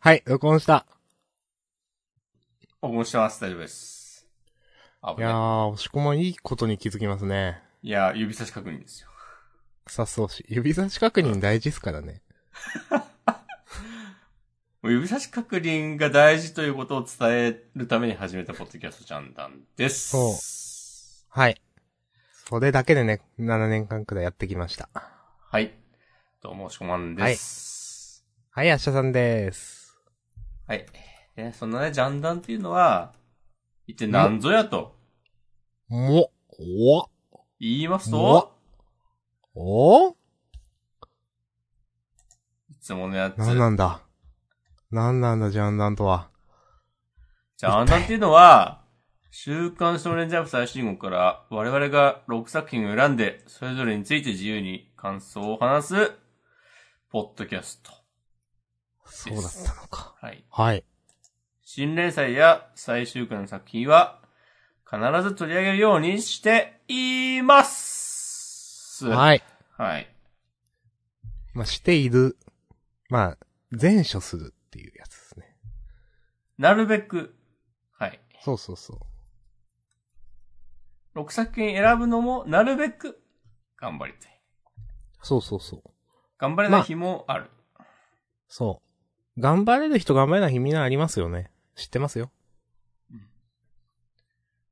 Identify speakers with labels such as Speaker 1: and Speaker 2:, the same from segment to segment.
Speaker 1: はい、録音した。
Speaker 2: お、申してます。大丈夫です。あ
Speaker 1: い
Speaker 2: ぶ
Speaker 1: や
Speaker 2: ね。
Speaker 1: ー、押し込まいいことに気づきますね。
Speaker 2: いや、指差し確認ですよ。
Speaker 1: さっそうし。指差し確認大事っすからね。
Speaker 2: もう指差し確認が大事ということを伝えるために始めたポッドキャストジャンダンです。
Speaker 1: そうはい。それだけでね、7年間くらいやってきました。
Speaker 2: はい。どうも、おしこまんです。
Speaker 1: はい、明日さんでーす。
Speaker 2: はい。で、そんなね、ジャンダンっていうのは、一体何ぞやと
Speaker 1: も、お、
Speaker 2: 言います
Speaker 1: も
Speaker 2: と、
Speaker 1: お
Speaker 2: いつものやつ、
Speaker 1: なんなんだ。なんなんだ、ジャンダンとは。
Speaker 2: じゃあ、あんなんっていうのは、週刊少年ジャンプ最新号から我々が6作品を選んで、それぞれについて自由に感想を話す、ポッドキャスト。
Speaker 1: そうだったのか。
Speaker 2: はい。
Speaker 1: はい。
Speaker 2: 新連載や最終回の作品は、必ず取り上げるようにしています。い。
Speaker 1: はい。
Speaker 2: はい。
Speaker 1: まあ、している。まあ、前処するっていうやつですね。
Speaker 2: なるべく、はい。
Speaker 1: そうそうそう。
Speaker 2: 6作品選ぶのも、なるべく、頑張りたい。
Speaker 1: そうそうそう。
Speaker 2: 頑張れない日もある。
Speaker 1: そう。頑張れる人頑張れない日みんなありますよね。知ってますよ。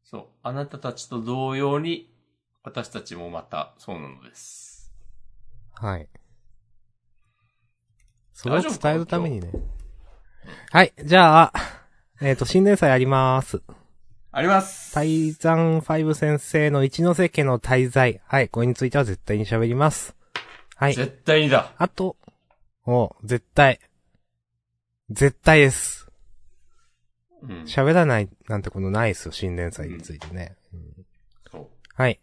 Speaker 2: そう。あなたたちと同様に、私たちもまた、そうなのです。
Speaker 1: はい。それを伝えるためにね。はい、じゃあ、えっ、と、新年祭あります。
Speaker 2: あります
Speaker 1: 大山ファイブ先生の一ノ瀬家の滞在。はい、これについては絶対に喋ります。はい。
Speaker 2: 絶対にだ
Speaker 1: あと、おう絶対。絶対です。
Speaker 2: うん。
Speaker 1: 喋らないなんてことないですよ、新年祭についてね。
Speaker 2: そう。
Speaker 1: はい。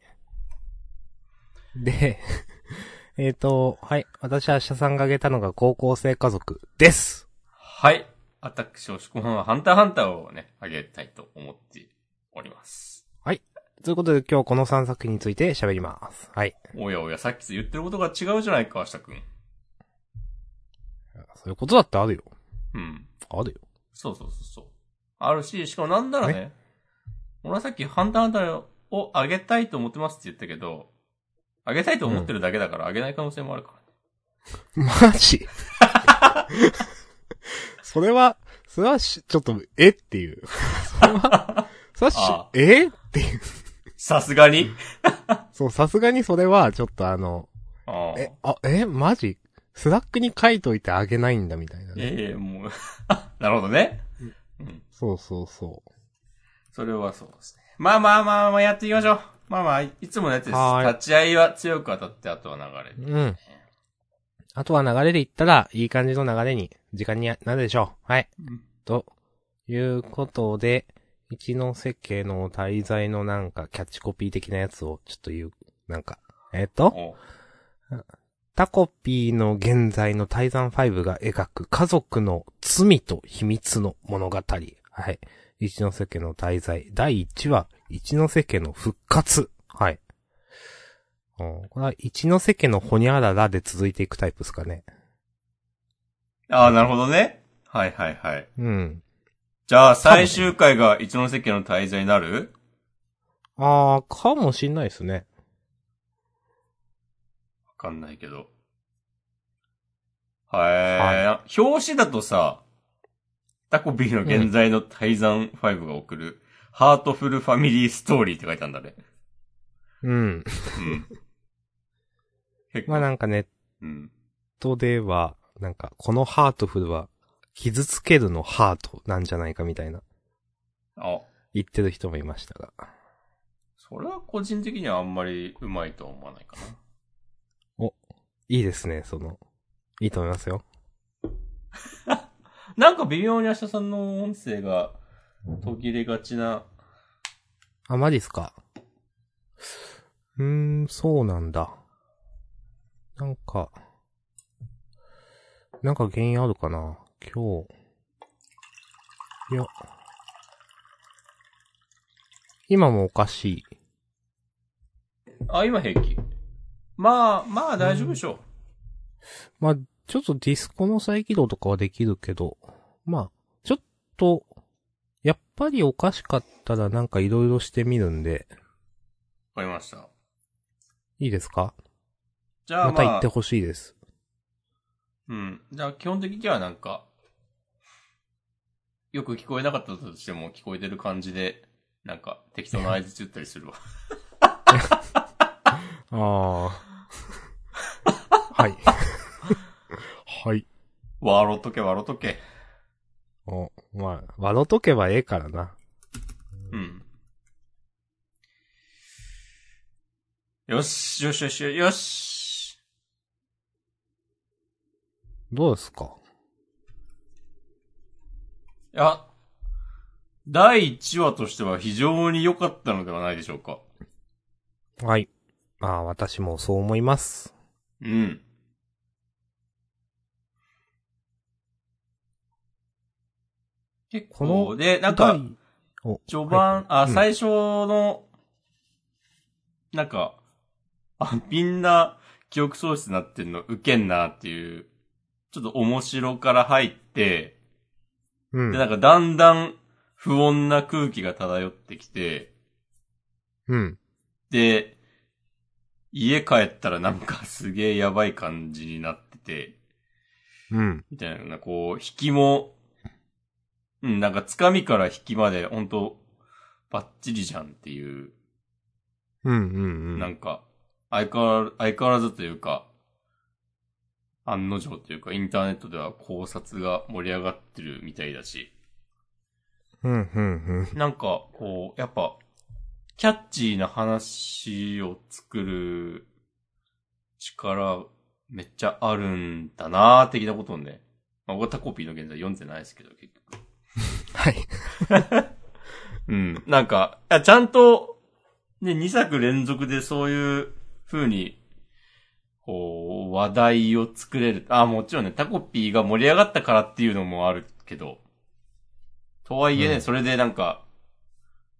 Speaker 1: で、 えっ、と、はい。私は明日さんがあげたのが高校生家族です。
Speaker 2: はい。私、押し込まんは、ハンターハンターをね、あげたいと思っております。
Speaker 1: ということで今日この3作品について喋ります。はい。
Speaker 2: おやおや、さっきと言ってることが違うじゃないか、明日くん。
Speaker 1: そういうことだってあるよ。
Speaker 2: うん。
Speaker 1: あるよ。
Speaker 2: そうそうそうそう。あるし、しかもなんならね、俺はさっき、ハンターハンターをあげたいと思ってますって言ったけど、あげたいと思ってるだけだから、あげない可能性もあるから。
Speaker 1: マジ それは、それはし、ちょっと、えっていう。それは、それはし
Speaker 2: ああ、
Speaker 1: えっていう。
Speaker 2: さすがに。
Speaker 1: そう、さすがにそれは、ちょっとあの、
Speaker 2: ああ
Speaker 1: え、あ、え、マジスラックに書いといてあげないんだみたいなね。
Speaker 2: ええもう、 なるほどね。うん。
Speaker 1: そうそうそう。
Speaker 2: それはそうですね。まあまあまあまあ、やっていきましょう。まあまあ、いつものやつです
Speaker 1: はー。い
Speaker 2: 立ち合いは強く当たって、あとは流れる。
Speaker 1: うん。あとは流れで言ったら、いい感じの流れに、時間になるでしょう。はい。
Speaker 2: うん
Speaker 1: ということで、一ノ瀬家の滞在のなんかキャッチコピー的なやつをちょっと言う。なんか、えっ、と、
Speaker 2: お
Speaker 1: タコピーの現在のタイザン5が描く家族の罪と秘密の物語。はい。一ノ瀬家の滞在。第1話、一ノ瀬家の復活。はい。うんこれは一ノ瀬家のホニャララで続いていくタイプですかね。
Speaker 2: ああ、なるほどね。はいはいはい。
Speaker 1: うん。
Speaker 2: じゃあ、最終回が一ノ瀬家の滞在になる
Speaker 1: あー、かもしんないですね。
Speaker 2: わかんないけど。はい。表紙だとさ、タコビーの現在の泰山5が送る、ハートフルファミリーストーリーって書いてあるんだね。
Speaker 1: うん。
Speaker 2: うん。結
Speaker 1: まあ
Speaker 2: 構、
Speaker 1: なんかネッ
Speaker 2: うん。
Speaker 1: トでは、なんか、このハートフルは、傷つけるのハートなんじゃないかみたいな、
Speaker 2: あ、
Speaker 1: 言ってる人もいましたが。
Speaker 2: それは個人的にはあんまりうまいとは思わないかな。
Speaker 1: いいですね、その、いいと思いますよ。
Speaker 2: なんか微妙に明日さんの音声が途切れがちな。
Speaker 1: あ、マジっすか。うーん、そうなんだ。なんか、なんか原因あるかな今日。いや。今もおかしい。
Speaker 2: あ、今平気。まあ、まあ大丈夫でしょう。
Speaker 1: まあ、ちょっとディスコの再起動とかはできるけど、まあ、ちょっと、やっぱりおかしかったらなんかいろいろしてみるんで、
Speaker 2: わかりました。
Speaker 1: いいですか
Speaker 2: じゃ
Speaker 1: ま
Speaker 2: あ、ま
Speaker 1: た
Speaker 2: あ、
Speaker 1: 行ってほしいです。
Speaker 2: うん。じゃあ、基本的にはなんか、よく聞こえなかったとしても、聞こえてる感じで、なんか、適当な合図打ったりする わ。
Speaker 1: ああ。はい。はい。
Speaker 2: 笑っとけ、笑っとけ。
Speaker 1: お、まあ、笑うとけばええからな。
Speaker 2: うん。よし、よしよしよし。
Speaker 1: どうですか
Speaker 2: いや、第1話としては非常に良かったのではないでしょうか。
Speaker 1: はい。まあ、私もそう思います。
Speaker 2: うん。結構、
Speaker 1: この
Speaker 2: で、なんか、
Speaker 1: 第お
Speaker 2: 序盤、
Speaker 1: はい
Speaker 2: あ、最初の、なんか、あ、みんな記憶喪失になってんのウケんなっていう、ちょっと面白から入って、
Speaker 1: うん。
Speaker 2: で、なんかだんだん不穏な空気が漂ってきて、
Speaker 1: うん。
Speaker 2: で、家帰ったらなんかすげえやばい感じになってて、
Speaker 1: うん。
Speaker 2: みたいな、こう、引きも、うん、なんかつかみから引きまで、ほんと、バッチリじゃんっていう、
Speaker 1: うん。うん。う
Speaker 2: なん
Speaker 1: ん。
Speaker 2: か、相変わらず、相変わらずというか、案の定というか、インターネットでは考察が盛り上がってるみたいだし、
Speaker 1: うん。うん。
Speaker 2: なんか、こう、やっぱ、キャッチーな話を作る力、めっちゃあるんだなー的なことをね。まあ、僕はタコピーの現在読んでないですけど、結局。
Speaker 1: はい。
Speaker 2: うん。なんか、いやちゃんと、ね、2作連続でそういう風に、こう、話題を作れる。あ、もちろんね、タコピーが盛り上がったからっていうのもあるけど、とはいえね、
Speaker 1: うん
Speaker 2: それでなんか、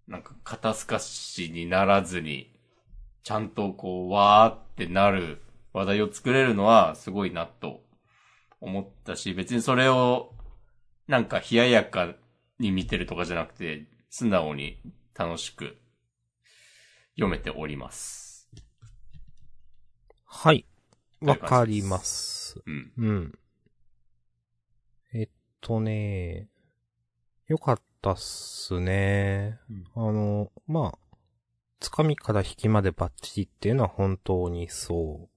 Speaker 2: なんか、肩透かしにならずに、ちゃんとこう、わーってなる話題を作れるのはすごいなと思ったし、別にそれを、なんか冷ややかに見てるとかじゃなくて、素直に楽しく読めております。
Speaker 1: はい。
Speaker 2: とい
Speaker 1: わ
Speaker 2: う感じです
Speaker 1: かります。
Speaker 2: うん。
Speaker 1: うん。えっとね、よかったっすね。あの、まあ、つかみから引きまでバッチリっていうのは本当にそ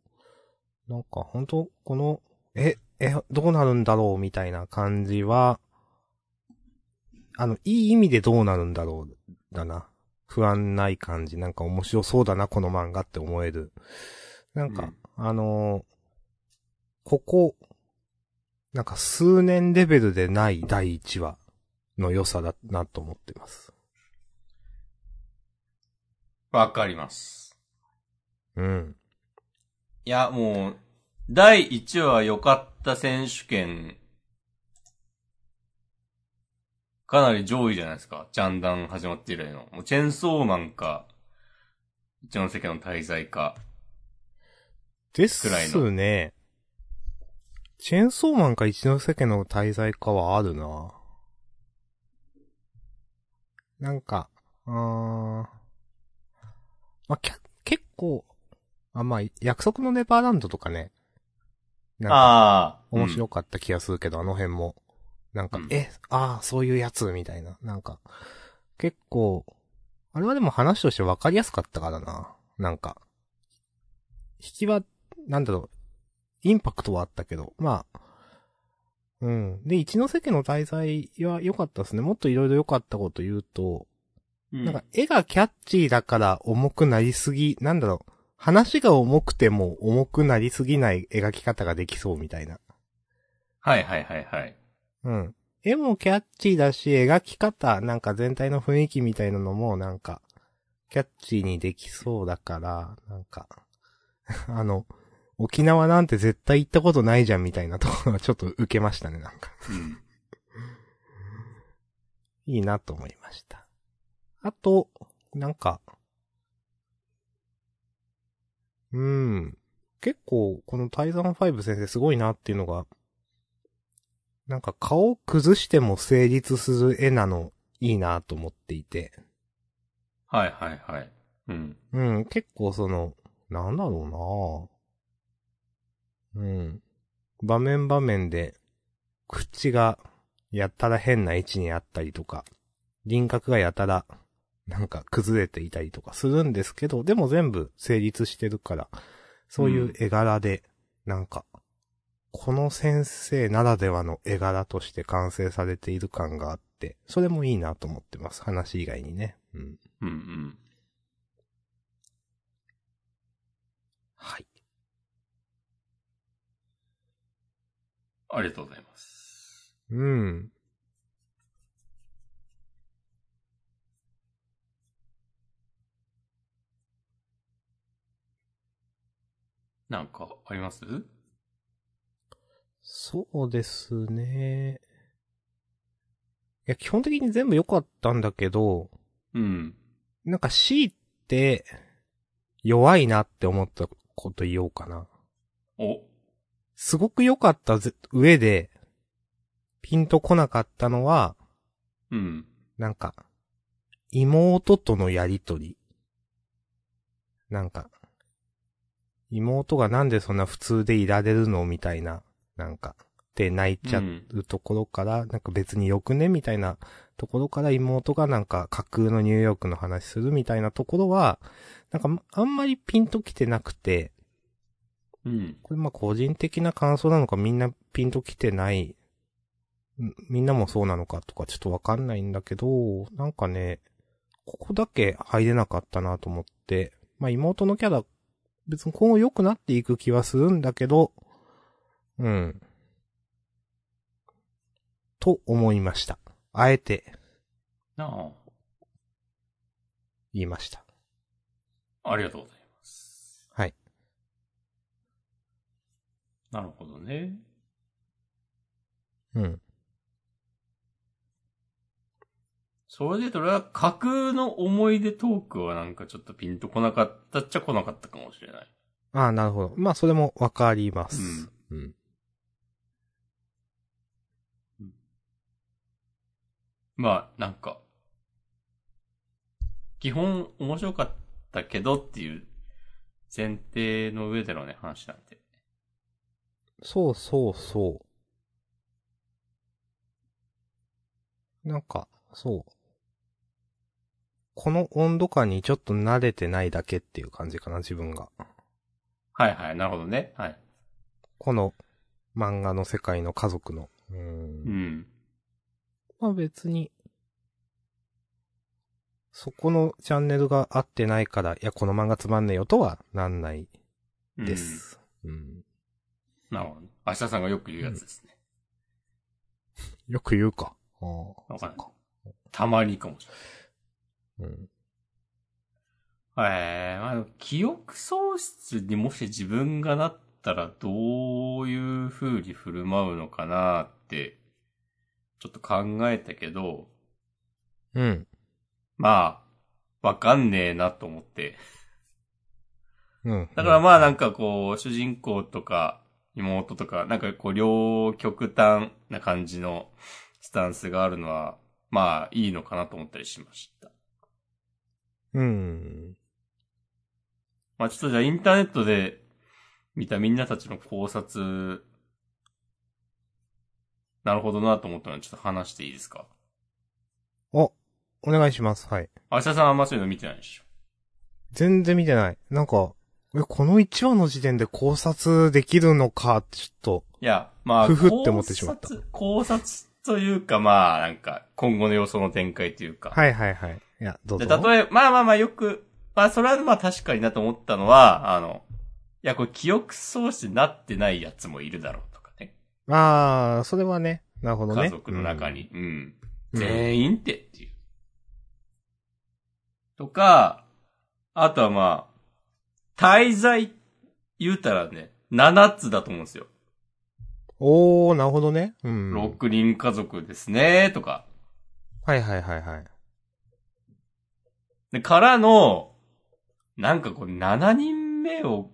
Speaker 1: う。なんか本当、この、え、 え、どうなるんだろうみたいな感じは、あの、いい意味でどうなるんだろうだな。不安ない感じ。なんか面白そうだな、この漫画って思える。なんか、あのーここ、なんか数年レベルでない第一話の良さだなと思ってます。
Speaker 2: わかります。
Speaker 1: うん。
Speaker 2: いや、もう、第1話良かった選手権、かなり上位じゃないですか。ジャンダン始まって以来の。もうチェンソーマンか、一ノ瀬家の滞在か。
Speaker 1: です
Speaker 2: くらいの
Speaker 1: ね。チェーンソーマンか一ノ瀬家の滞在かはあるな。なんか、うーん。まあ、きゃ結構、あ、まあ、約束のネバーランドとかね。なんか
Speaker 2: ああ。
Speaker 1: 面
Speaker 2: い。
Speaker 1: 白かった気がするけど、あの辺も。なんか、
Speaker 2: うん
Speaker 1: え、ああ、そういうやつ、みたいな。なんか、結構、あれはでも話として分かりやすかったからな。なんか、引きは、なんだろう、インパクトはあったけど、まあ、うん。で、一ノ瀬家の滞在は良かったですね。もっといろいろ良かったこと言うと、
Speaker 2: うん
Speaker 1: なんか絵がキャッチーだから重くなりすぎ、なんだろう、話が重くても重くなりすぎない描き方ができそうみたいな。
Speaker 2: はいはいはいはい。
Speaker 1: うん。絵もキャッチーだし、描き方、なんか全体の雰囲気みたいなのも、なんか、キャッチーにできそうだから、なんか、 あの、沖縄なんて絶対行ったことないじゃんみたいなところはちょっと受けましたね、なんか。
Speaker 2: うん。
Speaker 1: いいなと思いました。あと、なんか、うーん。結構、このタイザン5先生すごいなっていうのが、なんか顔を崩しても成立する絵なのいいなと思っていて。
Speaker 2: はいはいはい。うん。
Speaker 1: うん、結構その、なんだろうなうん。場面場面で、口がやたら変な位置にあったりとか、輪郭がやたら、なんか崩れていたりとかするんですけど、でも全部成立してるから、そういう絵柄で、なんか、この先生ならではの絵柄として完成されている感があって、それもいいなと思ってます。話以外にね。うん。
Speaker 2: うんうん。
Speaker 1: はい。
Speaker 2: ありがとうございます。
Speaker 1: うん。
Speaker 2: なんかあります
Speaker 1: そうですね。いや、基本的に全部良かったんだけど、
Speaker 2: うん。
Speaker 1: なんか C って弱いなって思ったこと言おうかな。
Speaker 2: お。
Speaker 1: すごく良かったぜ上で、ピンとこなかったのは、
Speaker 2: うん。
Speaker 1: なんか、妹とのやりとり。なんか、妹がなんでそんな普通でいられるのみたいな、なんか、って泣いちゃうところから、なんか別によくねみたいなところから妹がなんか架空のニューヨークの話するみたいなところは、なんかあんまりピンときてなくて、
Speaker 2: うん。
Speaker 1: これまあ個人的な感想なのかみんなピンときてない、んみんなもそうなのかとかちょっとわかんないんだけど、なんかね、ここだけ入れなかったなと思って、まあ妹のキャラ、別に今後良くなっていく気はするんだけど、うん。と思いました。あえて
Speaker 2: なあ。
Speaker 1: 言いました。
Speaker 2: ありがとうございます。
Speaker 1: はい。
Speaker 2: なるほどね。
Speaker 1: うん。
Speaker 2: それで言うと俺は架空の思い出トークはなんかちょっとピンとこなかったっちゃこなかったかもしれない。
Speaker 1: ああ、なるほど。まあそれもわかりま
Speaker 2: う
Speaker 1: す
Speaker 2: ん。
Speaker 1: うん。
Speaker 2: まあ、なんか、基本面白かったけどっていう前提の上でのね、話なんて。
Speaker 1: そうそうそう。なんか、そう。この温度感にちょっと慣れてないだけっていう感じかな、自分が。
Speaker 2: はいはい、なるほどね。はい。
Speaker 1: この漫画の世界の家族の。うー。
Speaker 2: うんん。
Speaker 1: まあ別に、そこのチャンネルが合ってないから、いや、この漫画つまんねえよとはなんないです。うん。
Speaker 2: うん。なるほどね。明日さんがよく言うやつですね。
Speaker 1: よく言うか。ああ。
Speaker 2: わかんない
Speaker 1: そっ。
Speaker 2: たまにかもしれない。
Speaker 1: うん。
Speaker 2: ええまあでも、記憶喪失にもし自分がなったらどういう風に振る舞うのかなって、ちょっと考えたけど、
Speaker 1: うん。
Speaker 2: まあ、わかんねえなと思って。
Speaker 1: うん。
Speaker 2: だからまあなんかこう、主人公とか妹とか、なんかこう、両極端な感じのスタンスがあるのは、まあいいのかなと思ったりしました。
Speaker 1: うん。
Speaker 2: まあちょっとじゃあインターネットで見たみんなたちの考察、なるほどなと思ったのでちょっと話していいですか
Speaker 1: お、お願いします。はい。
Speaker 2: 明日さんあんまそういうの見てないでしょ
Speaker 1: 全然見てない。なんか、え、この1話の時点で考察できるのかって、ちょっと、
Speaker 2: いや、まあ、
Speaker 1: ふふって思ってしまった
Speaker 2: 考察、考察というかまあなんか今後の予想の展開というか。
Speaker 1: はいはいはい。いや、どう
Speaker 2: で、
Speaker 1: ぞ。
Speaker 2: 例え、まあまあまあよく、まあそれはまあ確かになと思ったのは、あの、いや、これ記憶喪失になってないやつもいるだろうとかね。
Speaker 1: あー、それはね、なるほどね。
Speaker 2: 家族の中に。うん。
Speaker 1: うん。
Speaker 2: 全員ってっていう。とか、あとはまあ、滞在、言うたらね、7つだと思うんですよ。
Speaker 1: おー、なるほどね。うん。
Speaker 2: 6人家族ですね、とか。
Speaker 1: はいはいはいはい。
Speaker 2: で、からの、なんかこう、7人目を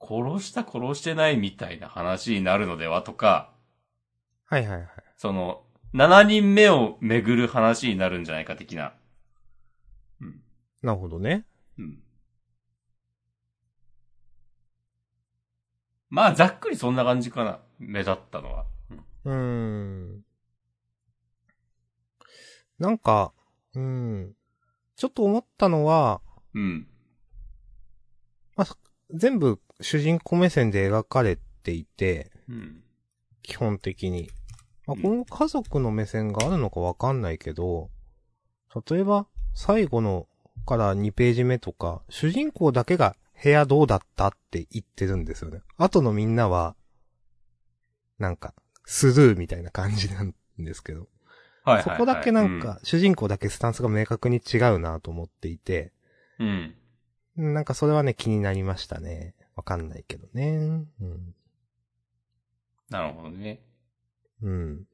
Speaker 2: 殺した殺してないみたいな話になるのではとか、
Speaker 1: はいはいはい。
Speaker 2: その、7人目を巡る話になるんじゃないか的な。うん。
Speaker 1: なるほどね。
Speaker 2: うん。まあ、ざっくりそんな感じかな。目立ったのは。う
Speaker 1: うー
Speaker 2: ん
Speaker 1: ん。なんか、うん。ちょっと思ったのは、
Speaker 2: うん。
Speaker 1: 全部主人公目線で描かれていて、
Speaker 2: うん。
Speaker 1: 基本的に。まあ、
Speaker 2: うん
Speaker 1: この家族の目線があるのかわかんないけど、例えば、最後のから2ページ目とか、主人公だけが部屋どうだったって言ってるんですよね。後のみんなは、なんか、スルーみたいな感じなんですけど。
Speaker 2: はいはい、はい。
Speaker 1: そこだけなんか、主人公だけスタンスが明確に違うなと思っていて、
Speaker 2: うん。うん。
Speaker 1: なんかそれはね、気になりましたね。わかんないけどね。うん。
Speaker 2: なるほどね。
Speaker 1: うん。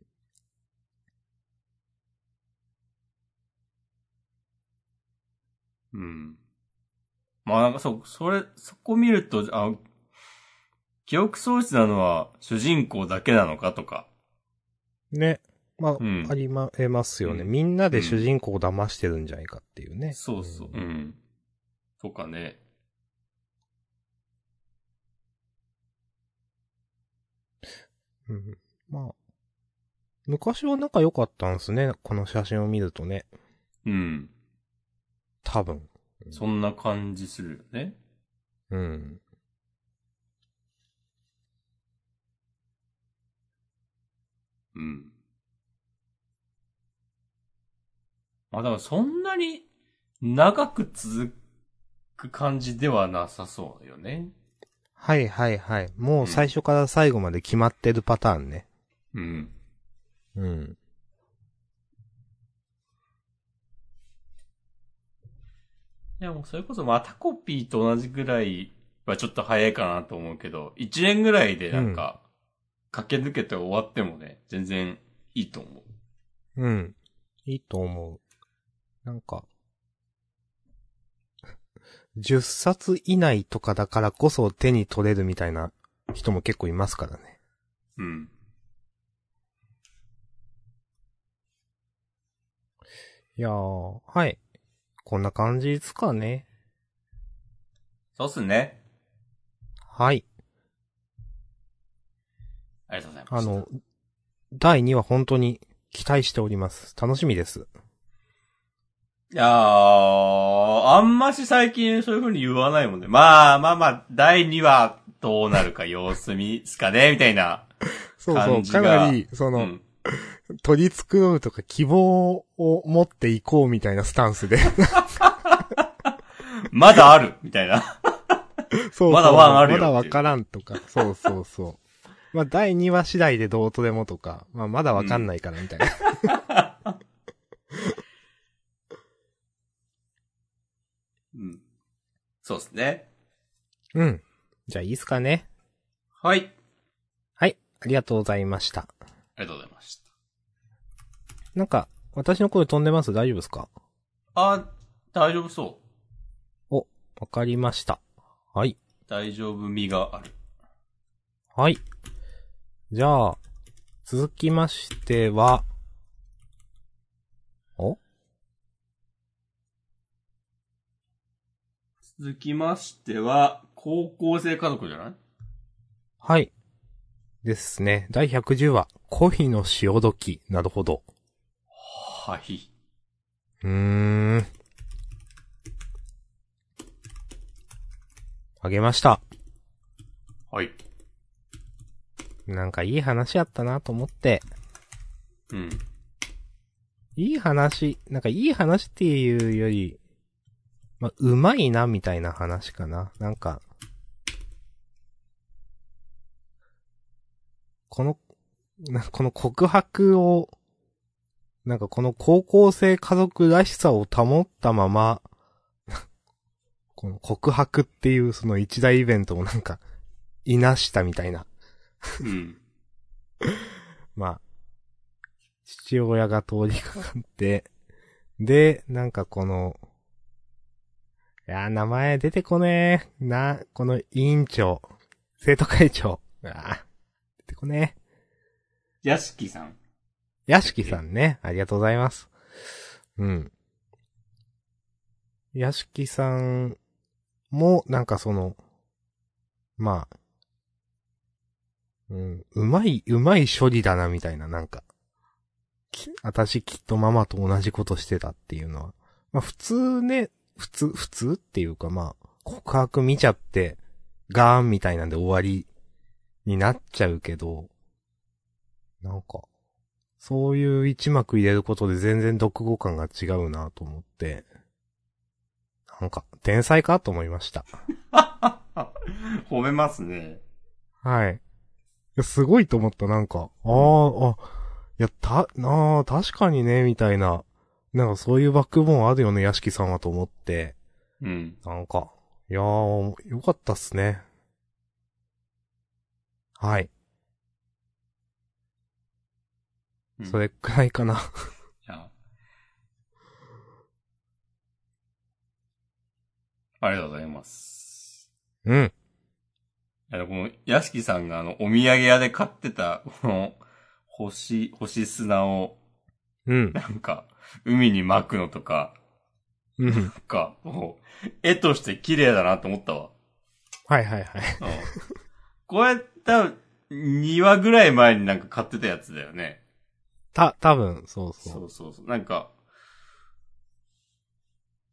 Speaker 2: うん。まあなんかそう、それ、そこ見ると、あ、記憶喪失なのは主人公だけなのかとか。
Speaker 1: ね。まあ、
Speaker 2: うん
Speaker 1: ありま、えますよね。
Speaker 2: うん
Speaker 1: みんなで主人公を騙してるんじゃないかっていうね。
Speaker 2: そうそう。うんん。とかね。
Speaker 1: うん。まあ。昔は仲良かったんですね。この写真を見るとね。
Speaker 2: うん。
Speaker 1: 多分。
Speaker 2: そんな感じするよね。
Speaker 1: うん。
Speaker 2: うん。まあだからそんなに長く続く感じではなさそうよね。
Speaker 1: はいはいはい。もう最初から最後まで決まってるパターンね。
Speaker 2: うん。
Speaker 1: うん。
Speaker 2: いやもうそれこそまあタコピーと同じぐらいはちょっと早いかなと思うけど、1年ぐらいでなんか駆け抜けて終わってもね、全然いいと思う。
Speaker 1: うん。いいと思う。なんか、10冊以内とかだからこそ手に取れるみたいな人も結構いますからね。
Speaker 2: うん。
Speaker 1: いやー、はい。こんな感じですかね。
Speaker 2: そうっすね。
Speaker 1: はい。
Speaker 2: ありがとうございま
Speaker 1: あ
Speaker 2: す。
Speaker 1: の、第2話本当に期待しております。楽しみです。
Speaker 2: いやー、あんまし最近そういう風に言わないもんね。まあまあまあ、第2話どうなるか様子見っすかね、みたいな。
Speaker 1: そう
Speaker 2: そう感じがかなり、
Speaker 1: そうの
Speaker 2: ん。
Speaker 1: 取り繕うとか希望を持っていこうみたいなスタンス で。
Speaker 2: まだあるみたいな。
Speaker 1: そうそう
Speaker 2: まだワンあるよって
Speaker 1: ま
Speaker 2: いう
Speaker 1: だわからんとか。そうそうそう。 まあ、第2話次第でどうとでもとか。まあ、まだわかんないからみたいな。
Speaker 2: うん。そうっすね。
Speaker 1: うん。じゃあ、いいっすかね。
Speaker 2: はい。
Speaker 1: はい。ありがとうございました。
Speaker 2: ありがとうございました。
Speaker 1: なんか、私の声飛んでます大丈夫ですか
Speaker 2: あ、大丈夫そう。
Speaker 1: わかりました。はい。
Speaker 2: 大丈夫味がある。
Speaker 1: はい。じゃあ、続きましては、お
Speaker 2: 続きましては、高校生家族じゃない
Speaker 1: はい。ですね。第110話、恋の潮時。なるほど。
Speaker 2: はい。
Speaker 1: うーん。あげました。
Speaker 2: はい。
Speaker 1: なんかいい話やったなと思って。
Speaker 2: うん。
Speaker 1: いい話、なんかいい話っていうより、まあ、うまいなみたいな話かな。なんか、この、なこの告白を、なんかこの高校生家族らしさを保ったまま、この告白っていうその一大イベントをなんか、いなしたみたいな。
Speaker 2: うん。
Speaker 1: まあ、父親が通りかかって、で、なんかこの、いやー、名前出てこねえ。な、この委員長、生徒会長。あー出てこね
Speaker 2: い屋敷さん。
Speaker 1: 屋敷さんね、ありがとうございます。うん。屋敷さんも、なんかその、まあ、うん、うまい、うまい処理だな、みたいな、なんか。き私きっとママと同じことしてたっていうのは。まあ普通ね、普通、普通っていうかまあ、告白見ちゃって、ガーンみたいなんで終わりになっちゃうけど、なんか、そういう一幕入れることで全然読語感が違うなと思って、なんか、天才かと思いました。
Speaker 2: 褒めますね。
Speaker 1: はい。いやすごいと思った、なんか。ああ、あ、いや、た、なあ、確かにね、みたいな。なんかそういうバックボーンあるよね、屋敷さんはと思って。
Speaker 2: うん。
Speaker 1: なんか、いやー、よかったっすね。はい。
Speaker 2: うん
Speaker 1: それくらいかな。
Speaker 2: いやありがとうございます。
Speaker 1: うん。
Speaker 2: いやこの、屋敷さんがあの、お土産屋で買ってた、この、星、星砂を、
Speaker 1: うん。
Speaker 2: なんか、海に撒くのとか、
Speaker 1: うん。
Speaker 2: なんか、もう、絵として綺麗だなと思ったわ。
Speaker 1: はいはいはい。
Speaker 2: うんこれ、多分、2話ぐらい前になんか買ってたやつだよね。
Speaker 1: た、多分そうそ。
Speaker 2: そううそうそう。なんか、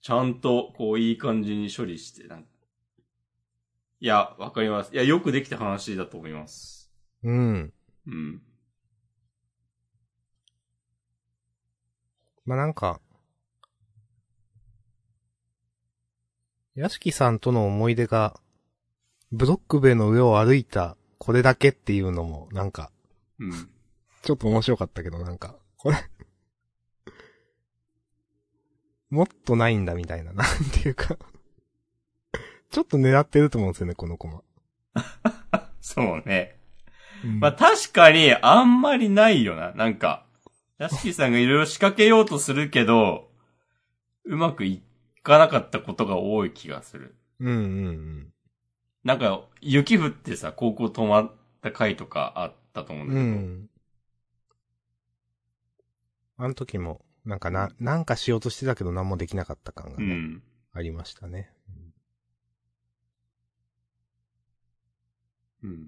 Speaker 2: ちゃんと、こう、いい感じに処理して、なんか。いや、わかります。いや、よくできた話だと思います。
Speaker 1: うん。
Speaker 2: うん。
Speaker 1: まあ、なんか、屋敷さんとの思い出が、ブロック塀の上を歩いた、これだけっていうのも、なんか、
Speaker 2: うん。
Speaker 1: ちょっと面白かったけど、なんか、これ、もっとないんだみたいな、なんていうか、ちょっと狙ってると思うんですよね、このコマ。
Speaker 2: そうね。
Speaker 1: うん
Speaker 2: まあ、確かに、あんまりないよな。なんか、屋敷さんがいろいろ仕掛けようとするけど、うまくいかなかったことが多い気がする。
Speaker 1: うんうんうん。
Speaker 2: なんか、雪降ってさ、高校止まった回とかあったと思うんだ
Speaker 1: う
Speaker 2: けど。
Speaker 1: ん。あの時も、なんかな、なんかしようとしてたけど何もできなかった感が
Speaker 2: う
Speaker 1: ね、
Speaker 2: ん。
Speaker 1: ありましたね。
Speaker 2: うん。い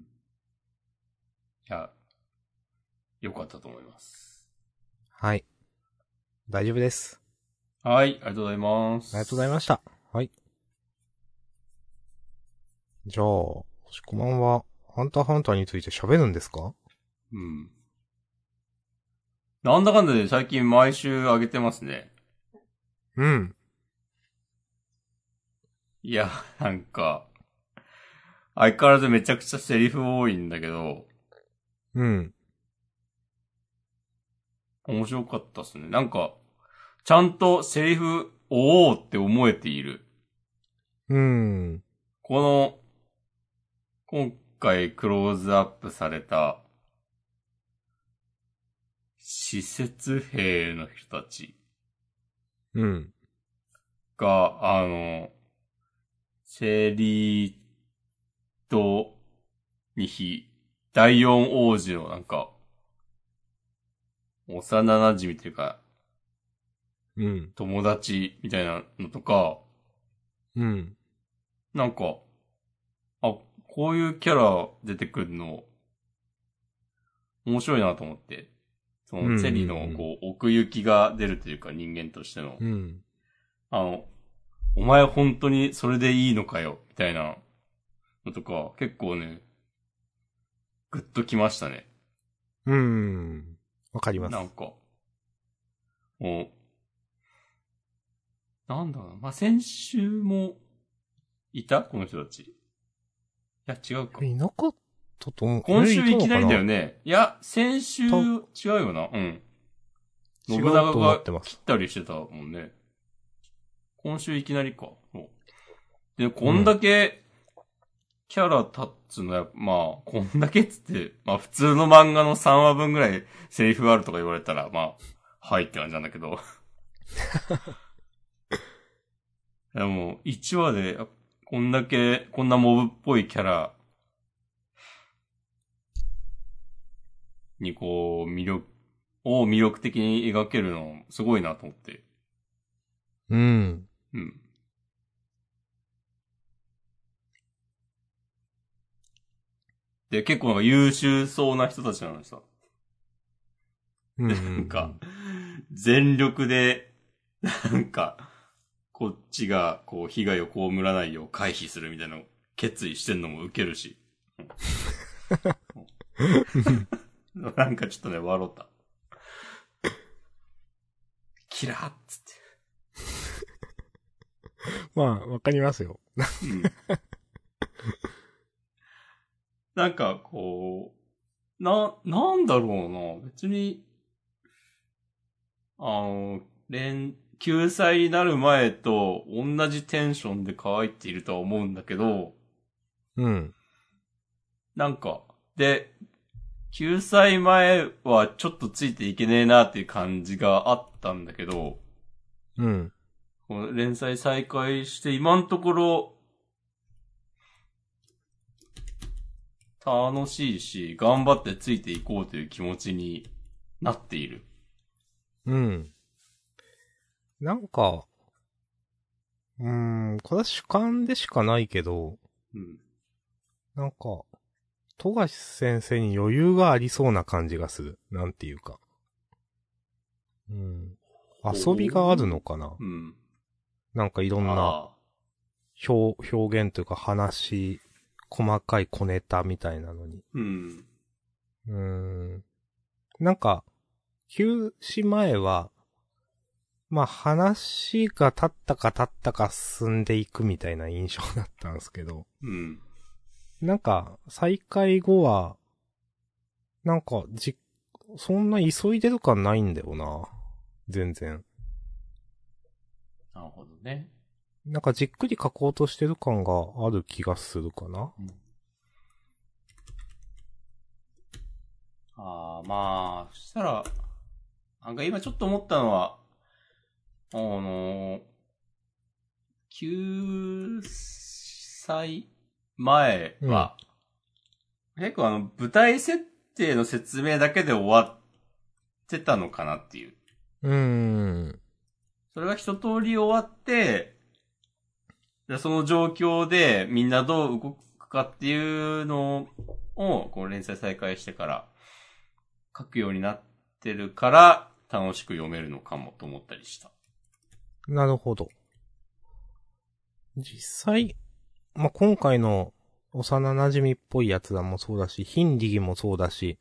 Speaker 2: や、よかったと思います。
Speaker 1: はい。大丈夫です。
Speaker 2: はい、ありがとうございます。
Speaker 1: ありがとうございま
Speaker 2: し
Speaker 1: した。はい。じゃあ、星子マンは、ハンターハンターについて喋るんですか
Speaker 2: た。うん。なんだかんだで最近毎週上げてますね。
Speaker 1: うん。
Speaker 2: いや、なんか、相変わらずめちゃくちゃセリフ多いんだけど、
Speaker 1: うん。
Speaker 2: 面白かったっすね。なんか、ちゃんとセリフ、おおって思えている。
Speaker 1: うん。
Speaker 2: この、今回クローズアップされた、施設兵の人たち
Speaker 1: うん。
Speaker 2: が、あの、セリとミヒ、第四王子のなんか、幼馴染というか、
Speaker 1: うん。
Speaker 2: 友達みたいなのとか、
Speaker 1: うん。
Speaker 2: なんか、あ、こういうキャラ出てくるの、面白いなと思って。そ
Speaker 1: うんうんうん
Speaker 2: の、セリの、こう、奥行きが出るというか、人間としての。
Speaker 1: うん。
Speaker 2: あの、お前本当にそれでいいのかよ、みたいなのとか、結構ね、ぐっときましたね。
Speaker 1: うん。わかります
Speaker 2: な。んか、もう、なんだろうな、まあ、先週も、いたこの人たち。いや、違うか。
Speaker 1: いなかったと思う。
Speaker 2: 今週
Speaker 1: え
Speaker 2: いきなりだよ
Speaker 1: ね。
Speaker 2: ね。いや、先週、違
Speaker 1: と
Speaker 2: うよな。うん。
Speaker 1: 違
Speaker 2: 信
Speaker 1: う
Speaker 2: 長
Speaker 1: と思
Speaker 2: が
Speaker 1: ってます
Speaker 2: 切ったりしてたもんね。今週いきなりか。そうで、こんだけ、キャラ立つのや、まあ、こんだけっつって、まあ普通の漫画の3話分ぐらいセリフがあるとか言われたら、まあ、はいって感じなんだけど。でも、1話で、やっぱこんだけ、こんなモブっぽいキャラ、にこう、魅力、を魅力的に描けるの、すごいなと思って。
Speaker 1: うん。
Speaker 2: うん。で、結構なんか優秀そうな人たちなのにさ。
Speaker 1: うん
Speaker 2: なんか、全力で、なんか、こっちが、こう、被害を被らないよう回避するみたいなのを決意してんのもウケるし。なんかちょっとね、笑った。キラーっつっ
Speaker 1: まあ、わかりますよ。
Speaker 2: て。うん なんか、こう、な、なんだろうな。別に、あの、連、救済になる前と同じテンションで乾いているとは思うんだけど、
Speaker 1: うん。
Speaker 2: なんか、で、救済前はちょっとついていけねえなっていう感じがあったんだけど、
Speaker 1: うん。
Speaker 2: この連載再開して今のところ、楽しいし、頑張ってついていこうという気持ちになっている。
Speaker 1: うん。なんか、うーん、これは主観でしかないけど、
Speaker 2: うん。
Speaker 1: なんか、富樫先生に余裕がありそうな感じがする。なんていうか。うん。遊びがあるのかな
Speaker 2: うん。
Speaker 1: なんかいろんな
Speaker 2: あ
Speaker 1: 表、表現というか話、細かい小ネタみたいなのに。
Speaker 2: ーうん。
Speaker 1: うーん。なんか、休止前は、まあ話が立ったか立ったか進んでいくみたいな印象だったんですけど、
Speaker 2: うん。
Speaker 1: なんか再開後は、なんかじ、そんな急いでる感ないんだよな。全然。
Speaker 2: なるほどね。
Speaker 1: なんかじっくり書こうとしてる感がある気がするかな。
Speaker 2: ああ、まあ、そしたら、なんか今ちょっと思ったのは、あのー、救済前は、結構あの、舞台設定の説明だけで終わってたのかなっていう。
Speaker 1: うーん。
Speaker 2: それが一通り終わって、でその状況でみんなどう動くかっていうのを、こう連載再開してから書くようになってるから、楽しく読めるのかもと思ったりした。
Speaker 1: なるほど。実際、まあ、今回の幼馴染っぽいやつらもそうだし、ヒンディギもそうだし、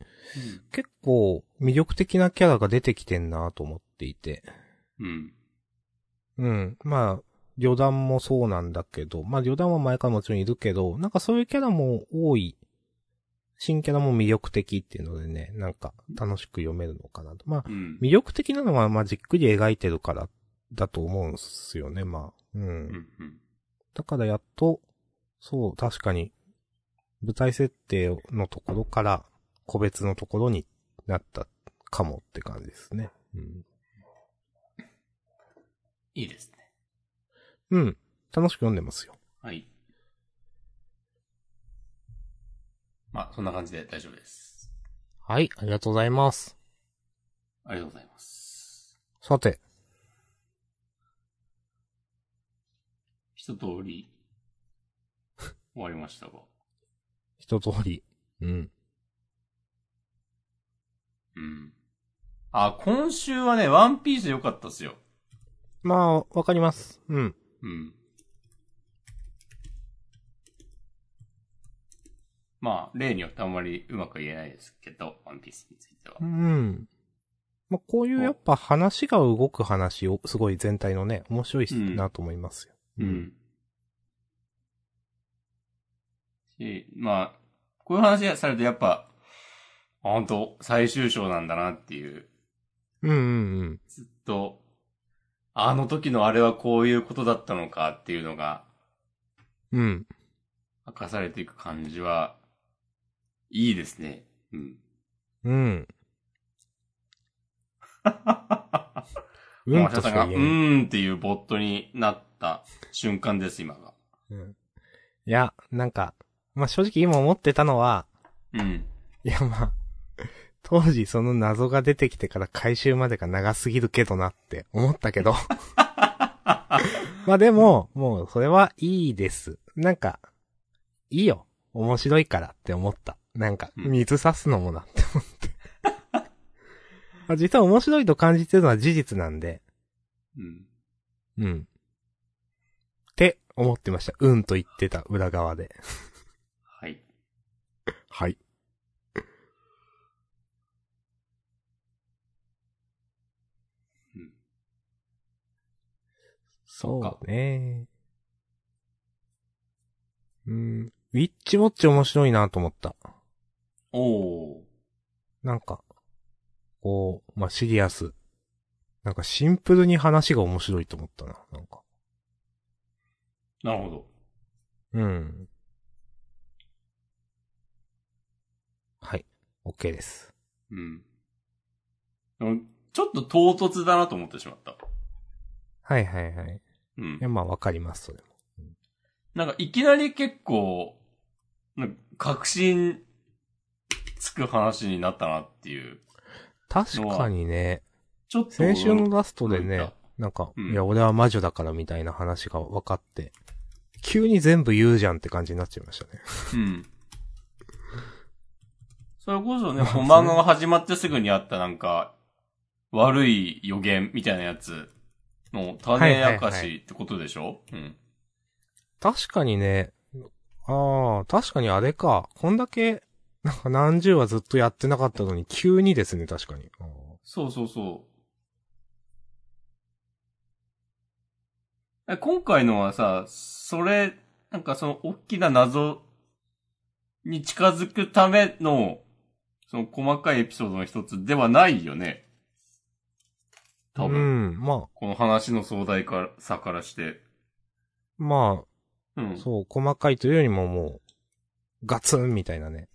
Speaker 1: 結構魅力的なキャラが出てきてんなと思っていて。
Speaker 2: うん。
Speaker 1: うん。まあ、旅団もそうなんだけど、まあ旅団は前からもちろんいるけど、なんかそういうキャラも多い、新キャラも魅力的っていうのでね、なんか楽しく読めるのかなと。まあ、
Speaker 2: うん。
Speaker 1: 魅力的なのはまあじっくり描いてるからだと思うんすよね、まあ。うん
Speaker 2: うん。うん。
Speaker 1: だからやっと、そう、確かに、舞台設定のところから、個別のところになったかもって感じですね。うん。
Speaker 2: いいですね。
Speaker 1: うん。楽しく読んでますよ。
Speaker 2: はい。まあ、そんな感じで大丈夫です。
Speaker 1: はい、ありがとうございます。
Speaker 2: ありがとうございます。
Speaker 1: さて、
Speaker 2: 一通り、終わりましたが。
Speaker 1: 一通り。うん。
Speaker 2: うん。あ、今週はね、ワンピース良かったっすよ。
Speaker 1: まあ、わかります。うん。
Speaker 2: うん。まあ、例によってあんまりうまく言えないですけど、ワンピースについては
Speaker 1: う。ん。まあ、こういうやっぱ話が動く話を、すごい全体のね、面白いなと思いますよ。
Speaker 2: うん。し、まあ、こういう話されるとやっぱ、あ本当最終章なんだなっていう
Speaker 1: うんうんうん。
Speaker 2: ずっと、あの時のあれはこういうことだったのかっていうのが
Speaker 1: うん。
Speaker 2: 明かされていく感じは、いいですね。 うん。
Speaker 1: うん。う
Speaker 2: うんん、
Speaker 1: とし
Speaker 2: さ
Speaker 1: か
Speaker 2: んが、う
Speaker 1: 言えない。
Speaker 2: ーんっていうボットになった瞬間です、今が。
Speaker 1: うんいや、なんか、まあ、正直今思ってたのは、
Speaker 2: うん。
Speaker 1: いやまあ、当時その謎が出てきてから回収までが長すぎるけどなって思ったけど。 まあでも、もうそれはいいです。なんか、いいよ。面白いからって思った。なんか、
Speaker 2: うん
Speaker 1: 水差すのもなって思って。 まあ実は面白いと感じてるのは事実なんで、
Speaker 2: うん。
Speaker 1: うん。って思ってました。うんと言ってた裏側で。
Speaker 2: はい。
Speaker 1: はい。
Speaker 2: うん
Speaker 1: そう
Speaker 2: か
Speaker 1: ね。うん。ウィッチウォッチ面白いなと思った。
Speaker 2: おー。
Speaker 1: なんか、こう、まあ、シリアス。なんかシンプルに話が面白いと思ったな。なんか。
Speaker 2: なるほど。
Speaker 1: うん。はい。OK です。
Speaker 2: うん。でもちょっと唐突だなと思ってしまった。
Speaker 1: はいはいはい。
Speaker 2: うん
Speaker 1: いや、。まあわかります、それも。
Speaker 2: なんかいきなり結構、なんか確信つく話になったなっていう。
Speaker 1: 確かにね、
Speaker 2: ちょっと。
Speaker 1: 先週のラストで
Speaker 2: 驚い
Speaker 1: ね
Speaker 2: た、
Speaker 1: なんか、
Speaker 2: うん
Speaker 1: いや、俺は魔女だからみたいな話が分かって、急に全部言うじゃんって感じになっちゃいましたね。
Speaker 2: うん。それこそね、
Speaker 1: まあ
Speaker 2: こう漫画が始まってすぐにあったなんか、悪い予言みたいなやつの種明かしってことでしょ、うん。
Speaker 1: 確かにね、ああ、確かにあれか。こんだけ、なんか何十話ずっとやってなかったのに、急にですね、確かに。あー
Speaker 2: そうそうそう。え今回のはさ、それ、なんかその大きな謎に近づくための、その細かいエピソードの一つではないよね。多分。
Speaker 1: うん、まあ、
Speaker 2: この話の壮大かさからして。
Speaker 1: ま
Speaker 2: うん。
Speaker 1: あ、そう、細かいというよりももう、ガツンみたいなね。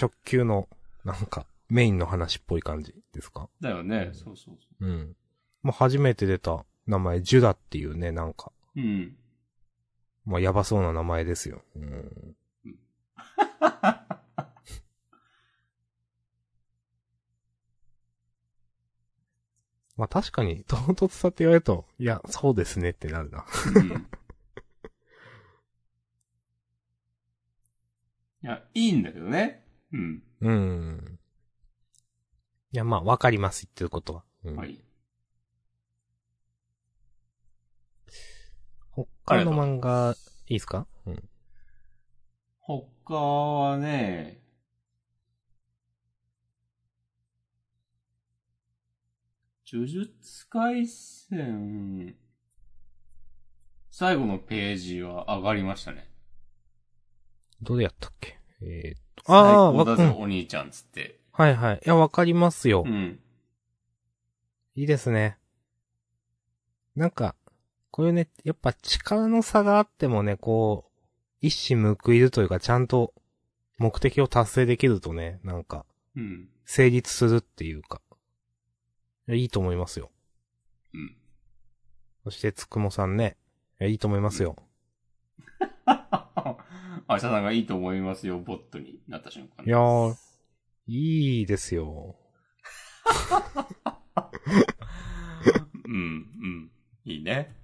Speaker 1: 直球の、なんか、メインの話っぽい感じですか
Speaker 2: だよね。そうそうそ
Speaker 1: うん。まあ、初めて出た名前、ジュダっていうね、なんか、
Speaker 2: う。うん。
Speaker 1: まあ、やばそうな名前ですよ。うん。まあ、確かに、唐突さって言われると、いや、そうですねってなるな。
Speaker 2: うんいや、いいんだけどね。うん。
Speaker 1: うん。いや、まあ、わかります、言ってることは。うん、
Speaker 2: はい。
Speaker 1: 他の漫画、いいですかうん。
Speaker 2: 他はね、呪術廻戦、最後のページは上がりましたね。
Speaker 1: どれやったっけえー、っと、ああー、
Speaker 2: 最高
Speaker 1: わか
Speaker 2: だぞ、
Speaker 1: ん。
Speaker 2: お兄ちゃんつって。
Speaker 1: はいはい。いや、わかりますよ。
Speaker 2: うん。
Speaker 1: いいですね。なんか、こういうね、やっぱ力の差があってもね、こう、一矢報いるというか、ちゃんと目的を達成できるとね、なんか、
Speaker 2: うん。
Speaker 1: 成立するっていうか。いやいいと思いますよ。
Speaker 2: うん。
Speaker 1: そして、つくもさんね。いやいいと思いますよ。
Speaker 2: 明日さんがいいと思いますよ、ボットになった瞬間。
Speaker 1: いやー、いいですよ。
Speaker 2: うん、うん。いいね。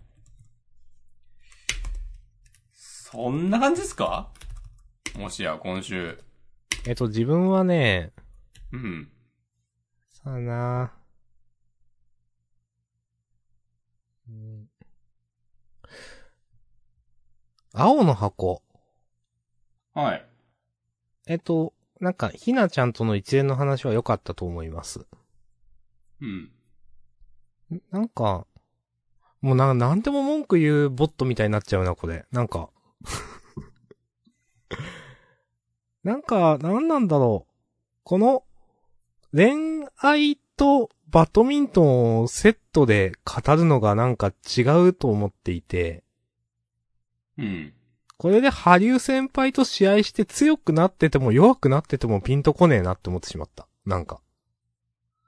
Speaker 2: そんな感じですかもしや、今週。
Speaker 1: えっと、自分はね、
Speaker 2: うん。
Speaker 1: さあなうん青の箱。
Speaker 2: はい。
Speaker 1: えっと、なんか、ひなちゃんとの一連の話は良かったと思います。
Speaker 2: うん。
Speaker 1: んなんか、もうなん、なんでも文句言うボットみたいになっちゃうな、これ。なんか。 なんか、なんなんだろう。この、恋愛とバドミントンをセットで語るのがなんか違うと思っていて、
Speaker 2: うん。
Speaker 1: これでハリュー先輩と試合して強くなってても弱くなっててもピンとこねえなって思ってしまった。なんか。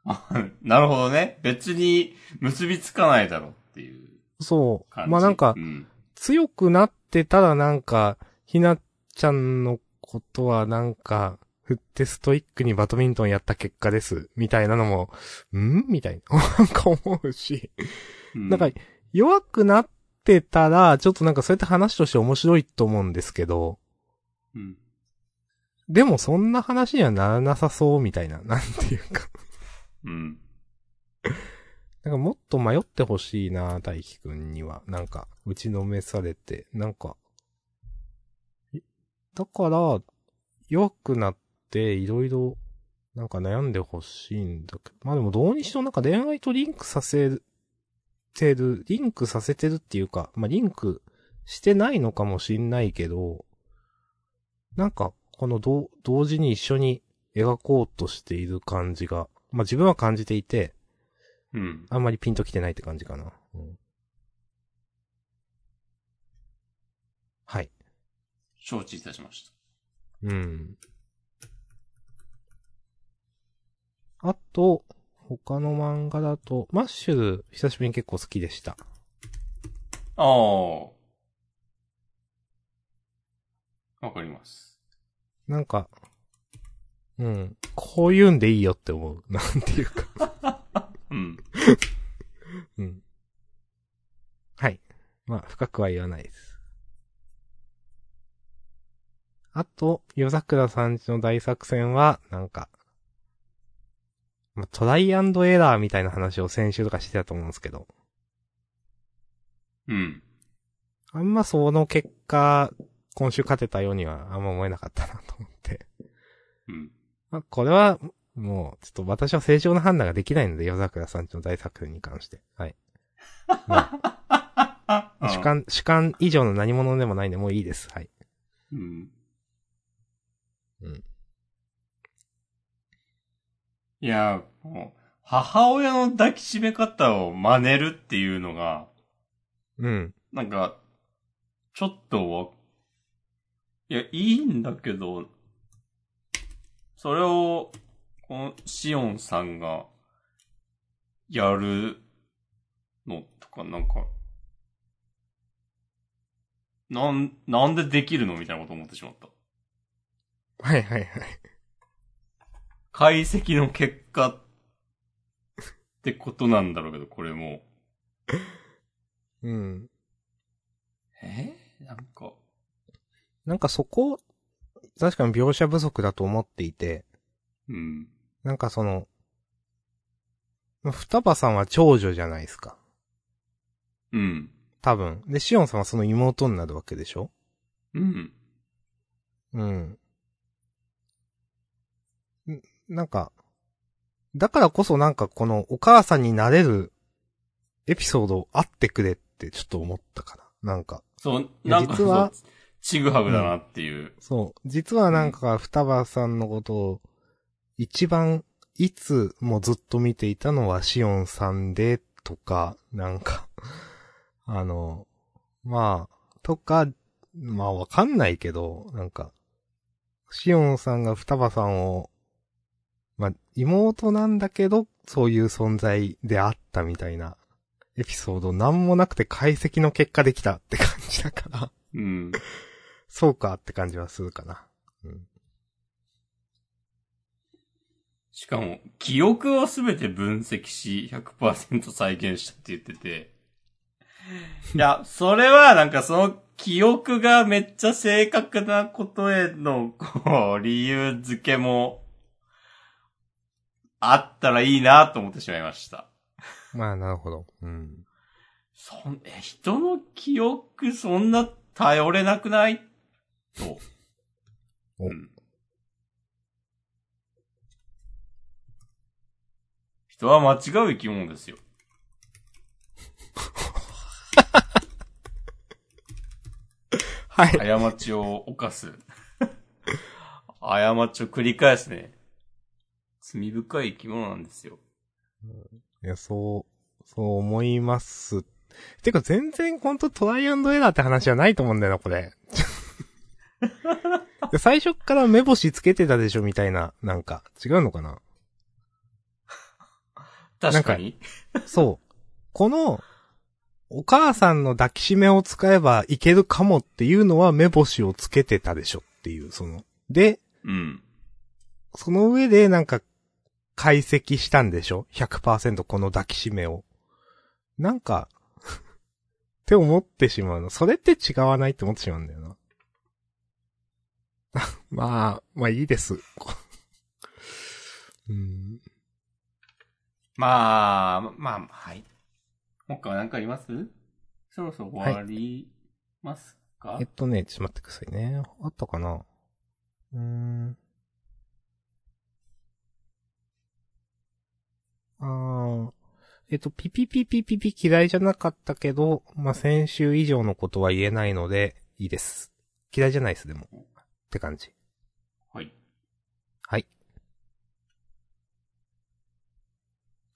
Speaker 2: あなるほどね。別に結びつかないだろうっていう
Speaker 1: そう
Speaker 2: 感。じ。
Speaker 1: まあなんか
Speaker 2: う、ん。
Speaker 1: 強くなってたらなんか、ひなちゃんのことはなんか、振ってストイックにバドミントンやった結果です。みたいなのも、んみたいな。 なんか思うし。なんか、弱くなってたら、ちょっとなんかそうやって話として面白いと思うんですけど、
Speaker 2: うん。
Speaker 1: でもそんな話にはならなさそうみたいな、なんていうか。
Speaker 2: うん。
Speaker 1: なんかもっと迷ってほしいな、大輝くんには。なんか、打ちのめされて、なんか。いだから、弱くなって、いろいろ、なんか悩んでほしいんだけど。まあでもどうにしろなんか恋愛とリンクさせてる、リンクさせてるっていうか、まあリンクしてないのかもしんないけど、なんか、この同、同時に一緒に描こうとしている感じが、まあ自分は感じていて、
Speaker 2: うん。
Speaker 1: あんまりピンときてないって感じかな。うんはい。
Speaker 2: 承知いたしまし
Speaker 1: うん。あと、他の漫画だと、マッシュル、久しぶりに結構好きでした。
Speaker 2: た。ああ。わかります。
Speaker 1: なんか、うん。こういうんでいいよって思う。なんていうか。
Speaker 2: うん。
Speaker 1: うん。はい。まあ、深くは言わないです。あと、夜桜さんちの大作戦は、なんか、まあ、トライアンドエラーみたいな話を先週とかしてたと思うんですけど、
Speaker 2: うん。
Speaker 1: あんまその結果、今週勝てたようにはあんま思えなかったなと思って。
Speaker 2: うん。
Speaker 1: まあ、これは、もう、ちょっと私は正常な判断ができないので、夜桜さんちの大作戦に関して。はい。主観、主観以上の何者でもないんで、もういいです。はい。
Speaker 2: うん。
Speaker 1: うん。
Speaker 2: いや、もう、母親の抱きしめ方を真似るっていうのが、
Speaker 1: うん。
Speaker 2: なんか、ちょっとわ、いや、いいんだけど、それを、このシオンさんが、やるのとか、なんか、なん、なんでできるのみたいなこと思ってしまった。
Speaker 1: はいはいはい。
Speaker 2: 解析の結果 ってことなんだろうけど、これも。
Speaker 1: うん。
Speaker 2: えなんか。
Speaker 1: なんかそこ、確かに描写不足だと思っていて、
Speaker 2: うん。
Speaker 1: なんかその、まあ双葉さんは長女じゃないですか。
Speaker 2: うん。
Speaker 1: 多分。で、シオンさんはその妹になるわけでしょ
Speaker 2: うん。
Speaker 1: うん。んなんか、だからこそなんかこのお母さんになれるエピソードをあってくれってちょっと思ったかな。なんか。
Speaker 2: そう、
Speaker 1: いや
Speaker 2: なんか
Speaker 1: 実は
Speaker 2: そう、ちぐはぐだなっていう。
Speaker 1: そう。実はなんか、双葉さんのことを、一番、いつもずっと見ていたのはシオンさんで、とか、なんか、 あの、まあ、とか、まあわかんないけど、なんか、シオンさんが双葉さんを、まあ、妹なんだけど、そういう存在であったみたいな、エピソードなんもなくて解析の結果できたって感じだから。
Speaker 2: うん。
Speaker 1: そうかって感じはするかな。うん。
Speaker 2: しかも、記憶をすべて分析し、100%再現したって言ってて。いや、それはなんかその記憶がめっちゃ正確なことへの、こう、理由付けも、あったらいいなと思ってしまいました。
Speaker 1: まあ、なるほど。うん。
Speaker 2: そん、え、人の記憶そんな頼れなくないと。
Speaker 1: お
Speaker 2: うん。人は間違う生き物ですよ。
Speaker 1: はい。
Speaker 2: 過ちを犯す。 過ちを繰り返すね。罪深い生き物なんですよ。
Speaker 1: いや、そう、そう思います。てか、全然ほんとトライアンドエラーって話じゃないと思うんだよな、こ れ。で最初っから目星つけてたでしょ、みたいな、なんか、違うのかな
Speaker 2: 確かに。
Speaker 1: そう。この、お母さんの抱きしめを使えばいけるかもっていうのは目星をつけてたでしょっていう、その。で、
Speaker 2: うん。
Speaker 1: その上でなんか、解析したんでしょ ?100% この抱きしめを。なんか、 って思ってしまうの。それって違わないって思ってしまうんだよな。 まあ、まあいいです。 うん、
Speaker 2: まあ、まあ、はい。他は何かありますそろそろ終わりますか、
Speaker 1: えっとね、ちょっと待ってくださいね。あったかなうーん。あー。えっと、ピピピピピピ嫌いじゃなかったけど、まあ、先週以上のことは言えないので、いいです。嫌いじゃないです、でも。って感じ。
Speaker 2: はい。
Speaker 1: はい。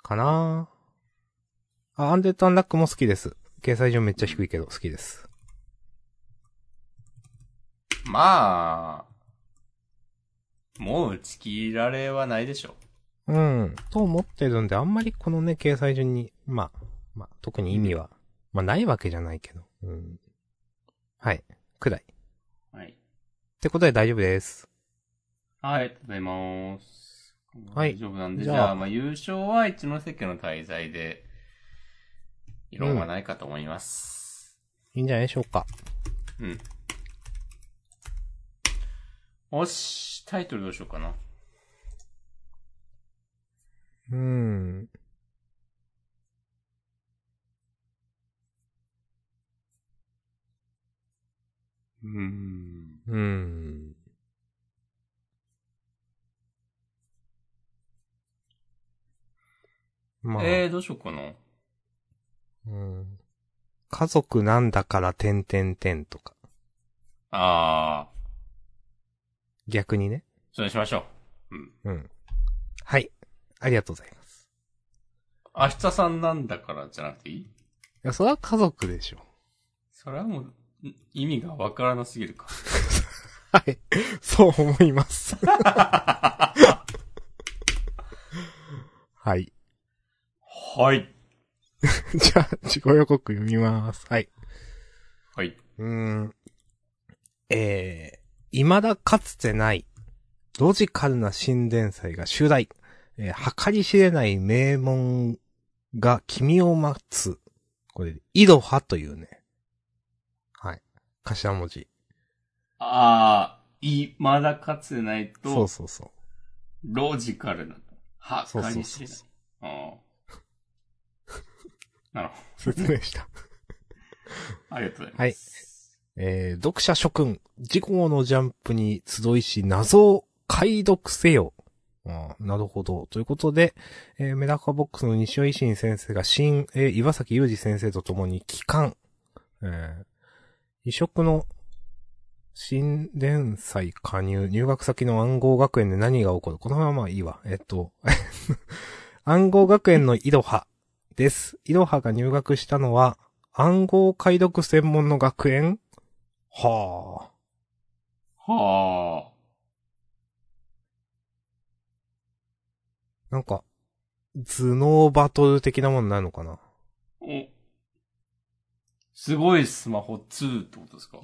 Speaker 1: かなあ。あ、アンデッドアンラックも好きです。掲載上めっちゃ低いけど、好きです。
Speaker 2: まあ、もう打ち切られはないでしょ
Speaker 1: うん。と思ってるんで、あんまりこのね、掲載順に、まあ、まあ、特に意味は、まあ、ないわけじゃないけど。うん。はい。くらい。っ
Speaker 2: う。はい。
Speaker 1: てことで大丈夫です。
Speaker 2: はい、ありがとうございます。
Speaker 1: はい
Speaker 2: 大丈夫なんで、
Speaker 1: じ
Speaker 2: じ
Speaker 1: ゃ
Speaker 2: ゃ
Speaker 1: あ
Speaker 2: あ、まあ、優勝は一ノ関の滞在で、異論はないかと思います。
Speaker 1: いいんじゃないでしょうか。
Speaker 2: うん。よし、タイトルどうしようかな。
Speaker 1: うん。
Speaker 2: うーん。
Speaker 1: うん。まあ、
Speaker 2: えー、どうしようかな。
Speaker 1: うん。家族なんだから、てんてんてんとか。
Speaker 2: あー、
Speaker 1: 逆にね。
Speaker 2: それにしましょう。うん。
Speaker 1: うん。はい。ありがとうございます。
Speaker 2: 明日さんなんだからじゃなくていい
Speaker 1: いや、それは家族でしょ。
Speaker 2: それはもう、ん意味がわからなすぎるか。
Speaker 1: はい。そう思います。はい。
Speaker 2: はい。
Speaker 1: じゃあ、自己予告読みます。はい。
Speaker 2: はい。
Speaker 1: うーん。えー、未だかつてない、ロジカルな神殿祭が襲来。えー、計り知れない名門が君を待つ。これ、井戸派というね。はい。頭文字。
Speaker 2: あー、まだかつてない
Speaker 1: そう
Speaker 2: と、
Speaker 1: そうそ
Speaker 2: ロジカルな。は、
Speaker 1: そうそう
Speaker 2: か
Speaker 1: そう
Speaker 2: りしれない。あーなるほ
Speaker 1: う。説明した。
Speaker 2: ど。ありがとうございます。
Speaker 1: えー読者諸君、自己のジャンプに集いし、謎を解読せよ。あーなるほど。ということで、えーメダカボックスの西尾維新先生が新、えー岩崎裕二先生と共に帰還。えー異色の新連載加入、入学先の暗号学園で何が起こるこのままいいわ。えっと、 暗号学園の井戸派です。井戸派が入学したのは、暗号解読専門の学園はあ。
Speaker 2: は
Speaker 1: なんか、頭脳バトル的なもんないのかな
Speaker 2: ー。お。すごいスマホ2ってことですか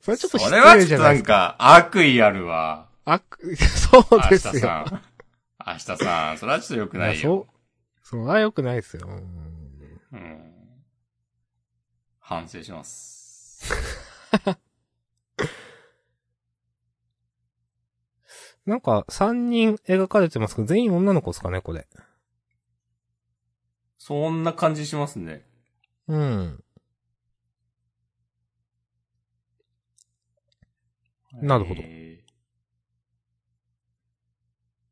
Speaker 1: それちょっと
Speaker 2: そ
Speaker 1: 失
Speaker 2: れは
Speaker 1: 礼
Speaker 2: ち
Speaker 1: じ
Speaker 2: ょっ
Speaker 1: ゃ
Speaker 2: と
Speaker 1: な
Speaker 2: ない
Speaker 1: で
Speaker 2: ん
Speaker 1: すか。
Speaker 2: か、悪意あるわ。
Speaker 1: あ、 そう
Speaker 2: 明
Speaker 1: で
Speaker 2: 日
Speaker 1: すよ。
Speaker 2: さん。明日さん。それはちょっと良く
Speaker 1: い
Speaker 2: な
Speaker 1: や
Speaker 2: いよ。
Speaker 1: そう。それは良くないですよ。うん
Speaker 2: うん。反省します。
Speaker 1: なんか、三人描かれてますけど、全員女の子ですかね、これ。
Speaker 2: そんな感じしますね。
Speaker 1: うん。なるほど
Speaker 2: えー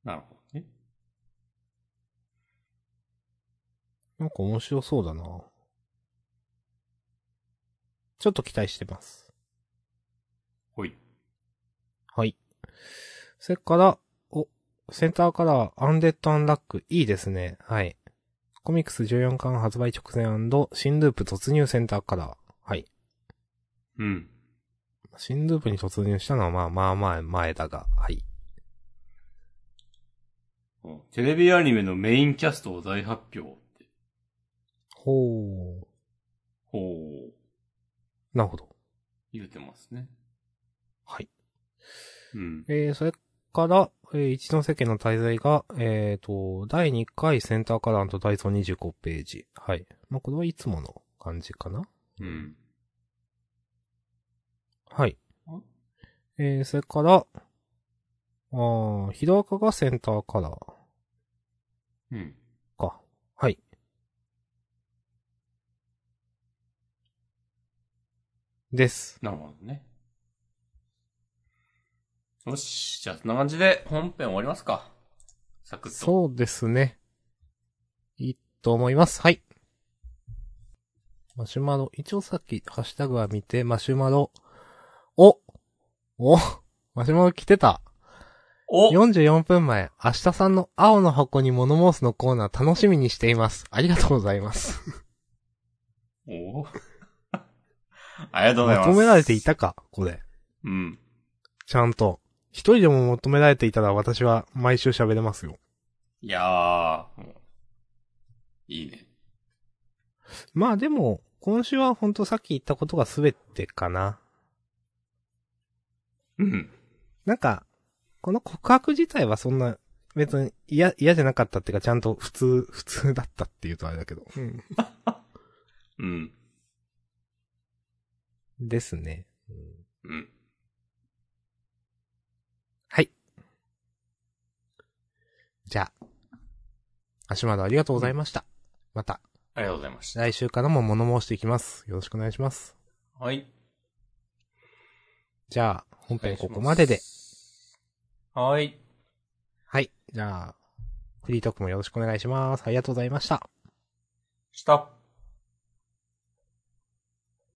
Speaker 2: なるほどね。
Speaker 1: なんか面白そうだな。ちょっと期待してます。
Speaker 2: ほい。
Speaker 1: はい。それから、お、センターカラー、アンデッド・アンラック、いいですね。はい。コミックス14巻発売直前新ループ突入センターカラー。はい。
Speaker 2: うん。
Speaker 1: 新ループに突入したのはまあまあまあ前だが、はい。
Speaker 2: テレビアニメのメインキャストを大発表って。
Speaker 1: ほう。
Speaker 2: ほう。
Speaker 1: なるほど。
Speaker 2: 言うてますね。
Speaker 1: はい。
Speaker 2: うん。
Speaker 1: えー、それから、えー、一ノ瀬家の滞在が、えーと、第2回センターカラーとダイソー25ページ。はい。まあ、これはいつもの感じかな
Speaker 2: うん。
Speaker 1: はい
Speaker 2: ん。
Speaker 1: えー、それから、あー、ヒロアカがセンターカラー
Speaker 2: うん。
Speaker 1: か。はい。です。
Speaker 2: なるほどね。よし。じゃあ、そんな感じで本編終わりますか。サクッと。
Speaker 1: そうですね。いいと思います。はい。マシュマロ、一応さっきハッシュタグは見て、マシュマロ、おおマシュマロ来てた
Speaker 2: お
Speaker 1: !44 分前、明日さんの青の箱に物申すのコーナー楽しみにしています。ありがとうございます。
Speaker 2: お ありがとうございま。
Speaker 1: ますとめられていたかこれ。
Speaker 2: うん。
Speaker 1: ちゃんと。一人でも求められていたら私は毎週喋れますよ。
Speaker 2: いやー、もういいね。
Speaker 1: まあでも、今週はほんとさっき言ったことが全てかな。
Speaker 2: うん。
Speaker 1: なんか、この告白自体はそんな、別に嫌、嫌じゃなかったっていうか、ちゃんと普通、普通だったっていうとあれだけど。
Speaker 2: うん。
Speaker 1: ですね。
Speaker 2: うん。
Speaker 1: はい。じゃあ。足までありがとうございました。また、
Speaker 2: ありがとうございました。
Speaker 1: 来週からも物申していきます。よろしくお願いします。
Speaker 2: はい。
Speaker 1: じゃあ、本編ここまでで。。
Speaker 2: はい。
Speaker 1: はい。じゃあ、フリートークもよろしくお願いします。ありがとうございました。
Speaker 2: した。